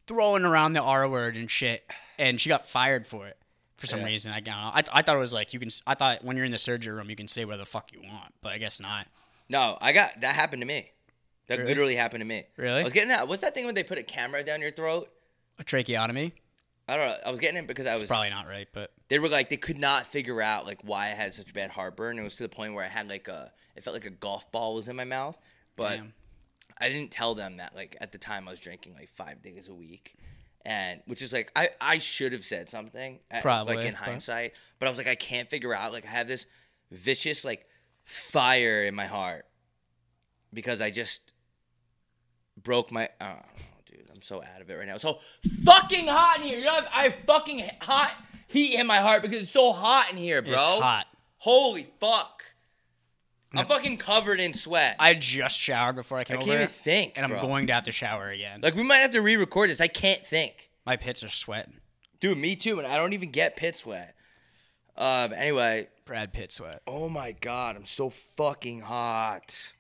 S2: throwing around the R word and shit, and she got fired for it for some
S1: Yeah.
S2: reason. I don't know. I, I thought it was like you can. s- I thought when you're in the surgery room, you can say whatever the fuck you want, but I guess not.
S1: No, I got that happened to me. That
S2: Really?
S1: literally happened to me.
S2: Really?
S1: I was getting that. What's that thing when they put a camera down your throat?
S2: A tracheotomy,
S1: I don't know. I was getting it because I was
S2: probably not right, but
S1: they were like they could not figure out like why I had such bad heartburn. It was to the point where I had like a it felt like a golf ball was in my mouth. But
S2: Damn.
S1: I didn't tell them that like at the time I was drinking like five days a week. And which is like I, I should have said something at-
S2: Probably,
S1: like in
S2: but-
S1: hindsight. But I was like I can't figure out like I have this vicious like fire in my heart because I just broke my oh dude, I'm so out of it right now. So fucking hot in here. You know, I have fucking hot heat in my heart because it's so hot in here, bro.
S2: it's hot.
S1: Holy fuck. I'm fucking covered in sweat.
S2: I just showered before I
S1: I
S2: came over.
S1: can't even think,
S2: and I'm
S1: bro.
S2: going to have to shower again.
S1: like we might have to re-record this. I can't think.
S2: My pits are sweating.
S1: Dude, me too, and I don't even get pit sweat. Um anyway,
S2: Brad Pitt sweat.
S1: oh my god, I'm so fucking hot.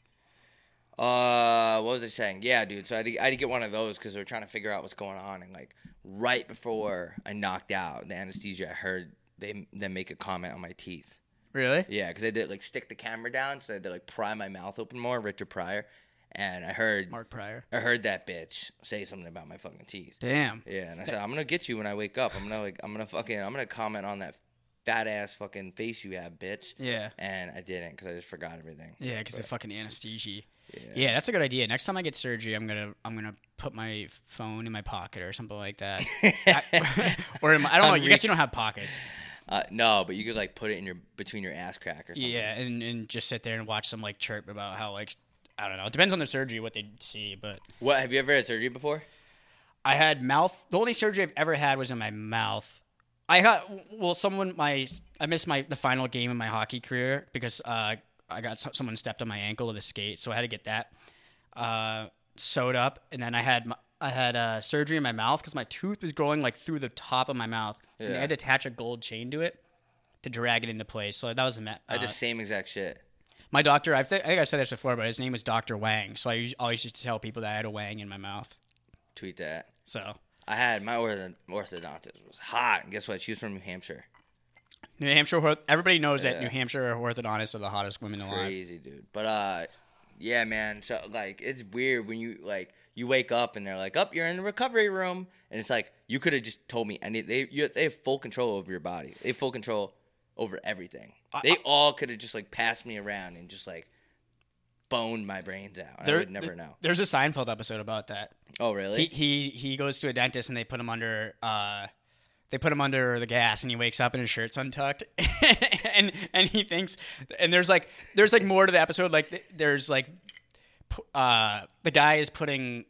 S1: Uh, what was I saying? Yeah, dude. So I had to, I had to get one of those because they were trying to figure out what's going on, and like right before I knocked out the anesthesia, I heard they them make a comment on my teeth.
S2: Really?
S1: Yeah, because I did like stick the camera down, so I had to like pry my mouth open more. Richard Pryor, and I heard
S2: Mark Pryor.
S1: I heard that bitch say something about my fucking teeth.
S2: Damn.
S1: Yeah, and I said, I'm gonna get you when I wake up. I'm gonna like, I'm gonna fucking, I'm gonna comment on that fat ass fucking face you have, bitch.
S2: Yeah.
S1: And I didn't because I just forgot everything.
S2: Yeah, because the fucking anesthesia. Yeah. that's a good idea. Next time I get surgery, I'm gonna I'm gonna put my phone in my pocket or something like that. I, or in my, I don't know. You guess you don't have pockets.
S1: Uh, no, but you could like put it in your between your ass crack or something.
S2: Yeah, and, and just sit there and watch them like chirp about how like I don't know. It depends on the surgery what they see, but
S1: What have you ever had surgery before?
S2: I had mouth. The only surgery I've ever had was in my mouth. I got well. Someone my I missed my the final game in my hockey career because uh, I got so- someone stepped on my ankle with a skate, so I had to get that uh, sewed up, and then I had my, I had uh, surgery in my mouth because my tooth was growing like through the top of my mouth, and they
S1: Yeah.
S2: had to attach a gold chain to it to drag it into place. So that was a met.
S1: I did the same exact shit.
S2: my doctor. I've said- I think I said this before, but his name was Doctor Wang. So I us- always used to tell people that I had a Wang in my mouth.
S1: Tweet that.
S2: So
S1: I had my ortho- orthodontist was hot. And guess what? She was from New Hampshire.
S2: New Hampshire, orth- everybody knows that
S1: Yeah.
S2: New Hampshire orthodontists are the hottest women alive.
S1: Crazy dude. But uh, yeah, man. So like, it's weird when you like you wake up and they're like, "Up, you're in the recovery room," and it's like you could have just told me. And they you, they have full control over your body. They have full control over everything. they all could have just like passed me around and just like boned my brains out. and I
S2: There-
S1: would never
S2: th-
S1: know.
S2: There's a Seinfeld episode about that.
S1: Oh really?
S2: He he he goes to a dentist and they put him under uh they put him under the gas and he wakes up and his shirt's untucked and and he thinks and there's like there's like more to the episode like th- there's like p- uh the guy is putting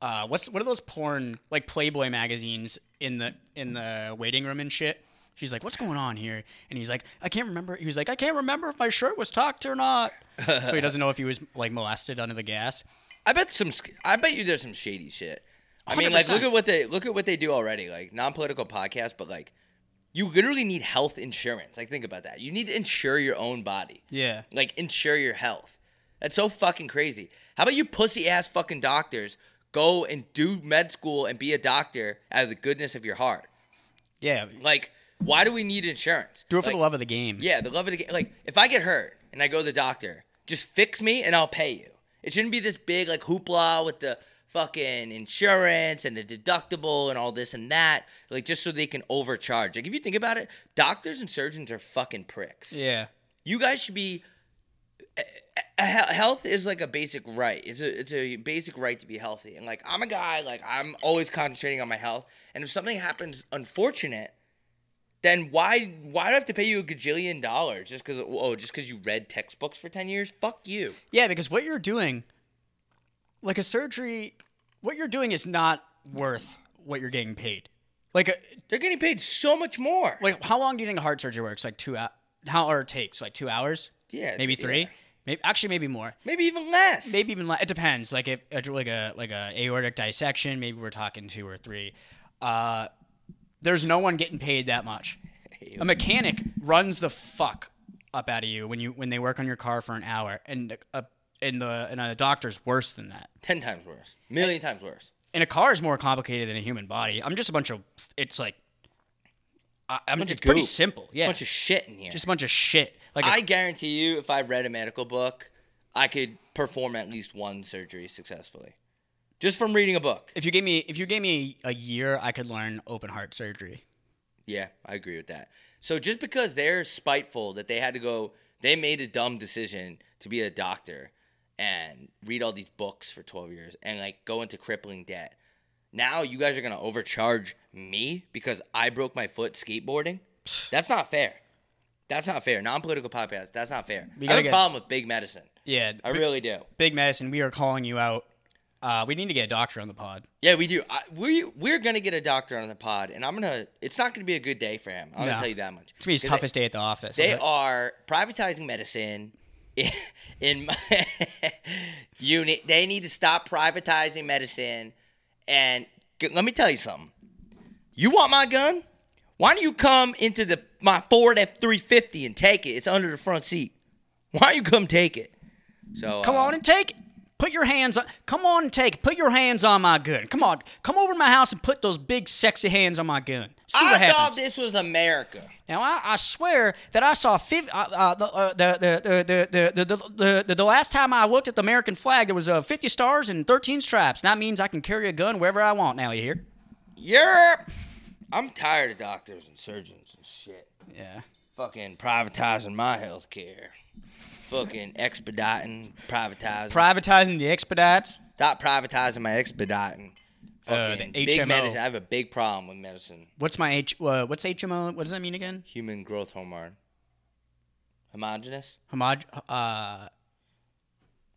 S2: uh what's what are those porn like Playboy magazines in the in the waiting room and shit. She's like, "What's going on here?" And he's like, "I can't remember." He was like, "I can't remember if my shirt was tucked or not." so he doesn't know if he was like molested under the gas.
S1: I bet some. sk- I bet you there's some shady shit. I mean, like look
S2: 100%.
S1: at what they look at what they do already. Like non-political podcast, but like you literally need health insurance. Like think about that. You need to insure your own body.
S2: Yeah.
S1: Like insure your health. That's so fucking crazy. How about you pussy ass fucking doctors go and do med school and be a doctor out of the goodness of your heart?
S2: Yeah.
S1: Like, why do we need insurance?
S2: Do it for
S1: Like,
S2: the love of the game.
S1: Yeah, the love of the game. Like, if I get hurt and I go to the doctor, just fix me and I'll pay you. It shouldn't be this big like hoopla with the fucking insurance and the deductible and all this and that. Like, just so they can overcharge. Like, if you think about it, doctors and surgeons are fucking pricks.
S2: Yeah.
S1: You guys should be. eh, eh, he- Health is like a basic right. It's a it's a basic right to be healthy. And like I'm a guy, like I'm always concentrating on my health. And if something happens unfortunate, then why why do I have to pay you a gajillion dollars just because oh just because you read textbooks for ten years? Fuck you.
S2: Yeah, because what you're doing, like a surgery, what you're doing is not worth what you're getting paid. Like, a,
S1: They're getting paid so much more.
S2: like how long do you think a heart surgery works? Like two hours? How or it takes like two hours?
S1: Yeah,
S2: maybe
S1: yeah.
S2: three. Maybe actually maybe more.
S1: maybe even less.
S2: Maybe even le- it depends. Like if a- like a like a aortic dissection, maybe we're talking two or three. Uh, there's no one getting paid that much. A mechanic runs the fuck up out of you when you when they work on your car for an hour, and a and the and a doctor's worse than that.
S1: ten times worse, million times worse.
S2: And a car is more complicated than a human body. I'm just a bunch of it's like I, I'm
S1: Bunch of
S2: it's pretty
S1: goop.
S2: simple. Yeah,
S1: bunch of shit in here.
S2: just a bunch of shit. Like a-
S1: I guarantee you, if I read a medical book, I could perform at least one surgery successfully, just from reading a book.
S2: if you gave me if you gave me a year, I could learn open heart surgery.
S1: Yeah, I agree with that. So just because they're spiteful that they had to go, they made a dumb decision to be a doctor and read all these books for twelve years and like go into crippling debt. Now you guys are gonna overcharge me because I broke my foot skateboarding. That's not fair. That's not fair. Non-political podcast. That's not fair. I
S2: gotta
S1: have a
S2: get-
S1: problem with big medicine.
S2: Yeah,
S1: I really do.
S2: Big Medicine, we are calling you out. Uh, we need to get a doctor on the pod.
S1: Yeah, we do. I, we we're gonna get a doctor on the pod, and I'm gonna. It's not gonna be a good day for him. I'm
S2: No.
S1: gonna tell you that much.
S2: It's gonna be his
S1: 'Cause
S2: toughest day at the office.
S1: They, they
S2: I'm like,
S1: are privatizing medicine. In, in my unit, they need to stop privatizing medicine. And g- let me tell you something. You want my gun? Why don't you come into the my Ford F three fifty and take it? It's under the front seat. Why don't you come take it? So
S2: come
S1: uh,
S2: on and take it. Put your hands on. Come on and take it. Put your hands on my gun. Come on, come over to my house and put those big sexy hands on my gun. See
S1: I
S2: what happens.
S1: thought this was America.
S2: Now I, I swear that I saw fif- uh, uh, the, uh, the, the, the, the, the, the, the the last time I looked at the American flag there was uh, 50 stars and 13 stripes. And that means I can carry a gun wherever I want. Now you hear?
S1: Europe. I'm tired of doctors and surgeons and shit.
S2: Yeah.
S1: Fucking privatizing my health care. Fucking expediting, privatizing.
S2: Privatizing the expedites.
S1: Stop privatizing my expediting.
S2: Uh,
S1: Fucking
S2: the
S1: big
S2: HMO.
S1: medicine. I have a big problem with medicine.
S2: What's my H? Uh, what's HMO? What does that mean again?
S1: Human growth hormone. Homogenous?
S2: Homog. Uh,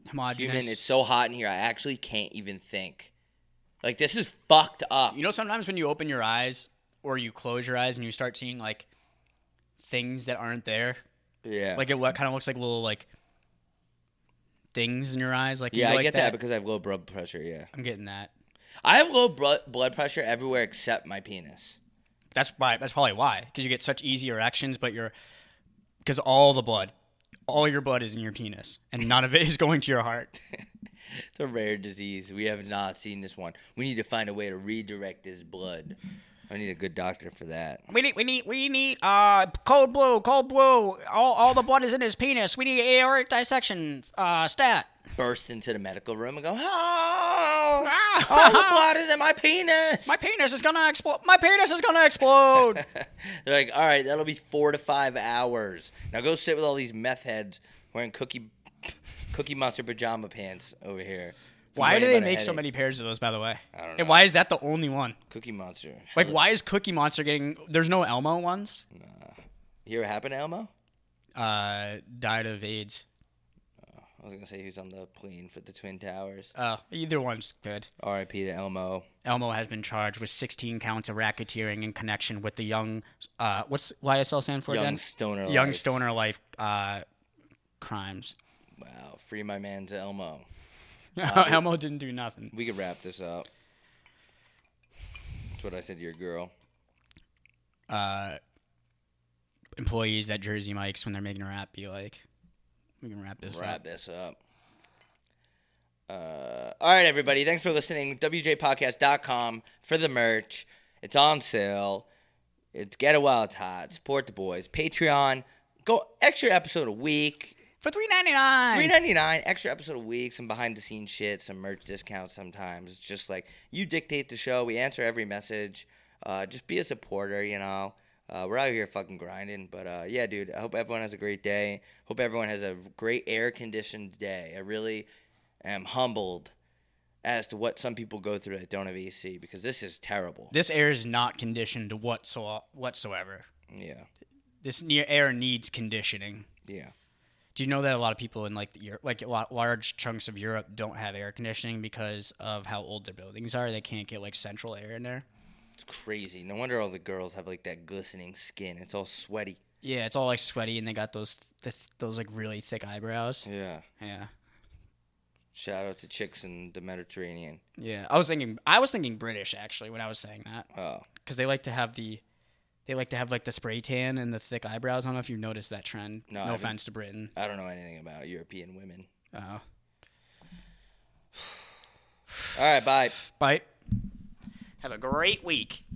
S2: homogenous.
S1: Human, it's so hot in here, I actually can't even think. Like, this is fucked up.
S2: You know, sometimes when you open your eyes or you close your eyes and you start seeing like things that aren't there.
S1: yeah.
S2: Like it what kind of looks like little like things in your eyes. Like you
S1: yeah,
S2: go
S1: I
S2: like
S1: get that. because I have low blood pressure, yeah.
S2: I'm getting that.
S1: I have low bro- blood pressure everywhere except my penis.
S2: That's why. That's probably why because you get such easy erections, but you're because all the blood, all your blood is in your penis, and none of it is going to your heart.
S1: It's a rare disease. We have not seen this one. We need to find a way to redirect this blood. I need a good doctor for that.
S2: We need, we need, we need, uh, cold blue, cold blue. All, all the blood is in his penis. We need aortic dissection, uh, stat.
S1: Burst into the medical room and go, oh, all the
S2: Ah,
S1: blood is in my penis.
S2: my penis is gonna explode. My penis is gonna explode.
S1: They're like, all right, that'll be four to five hours. Now go sit with all these meth heads wearing cookie, cookie monster pajama pants over here.
S2: why do
S1: Complaining
S2: they
S1: about a
S2: make so
S1: headache.
S2: many pairs of those, by the way? I
S1: don't
S2: And
S1: know.
S2: why is that the only one?
S1: cookie monster?
S2: Like, why is Cookie Monster getting? There's no Elmo ones.
S1: you hear what happened to Elmo?
S2: Uh, died of AIDS.
S1: I was gonna say he was on the plane for the Twin Towers.
S2: Uh, either one's good.
S1: R.I.P. to Elmo.
S2: Elmo has been charged with 16 counts of racketeering in connection with the young, uh, what's YSL stand for
S1: Young
S2: again?
S1: stoner.
S2: Young
S1: life.
S2: Stoner Life uh, crimes.
S1: Wow, free my man's Elmo.
S2: Elmo didn't do nothing.
S1: We could wrap this up. That's what I said to your girl.
S2: Uh, employees at Jersey Mike's when they're making a wrap be like, we can wrap this
S1: wrap
S2: up.
S1: this up. Uh, all right, everybody. Thanks for listening. WJPodcast.com for the merch. It's on sale. It's get it while it's hot. Support the boys. Patreon. Go extra episode a week.
S2: For three ninety nine.
S1: Three ninety nine, extra episode a week, some behind the scenes shit, some merch discounts. Sometimes it's just like you dictate the show. We answer every message. Uh, just be a supporter, you know. Uh, we're out here fucking grinding, but uh, yeah, dude. I hope everyone has a great day. Hope everyone has a great air conditioned day. I really am humbled as to what some people go through that don't have AC because this is terrible.
S2: This air is not conditioned whatso- whatsoever.
S1: Yeah,
S2: This near air needs conditioning.
S1: yeah.
S2: Do you know that a lot of people in like the, Eu- like a lot, large chunks of Europe don't have air conditioning because of how old their buildings are? They can't get like central air in there.
S1: It's crazy. No wonder all the girls have like that glistening skin. It's all sweaty.
S2: Yeah, it's all like sweaty, and they got those th- those like really thick eyebrows.
S1: Yeah.
S2: Yeah,
S1: Shout out to chicks in the Mediterranean.
S2: yeah. I was thinking I was thinking British actually when I was saying that
S1: Oh.
S2: because they like to have the they like to have like the spray tan and the thick eyebrows. I don't know if you noticed that trend.
S1: No, I
S2: No,
S1: haven't.
S2: offense to Britain.
S1: I don't know anything about European women.
S2: Oh,
S1: All right, bye.
S2: bye. Have a great week.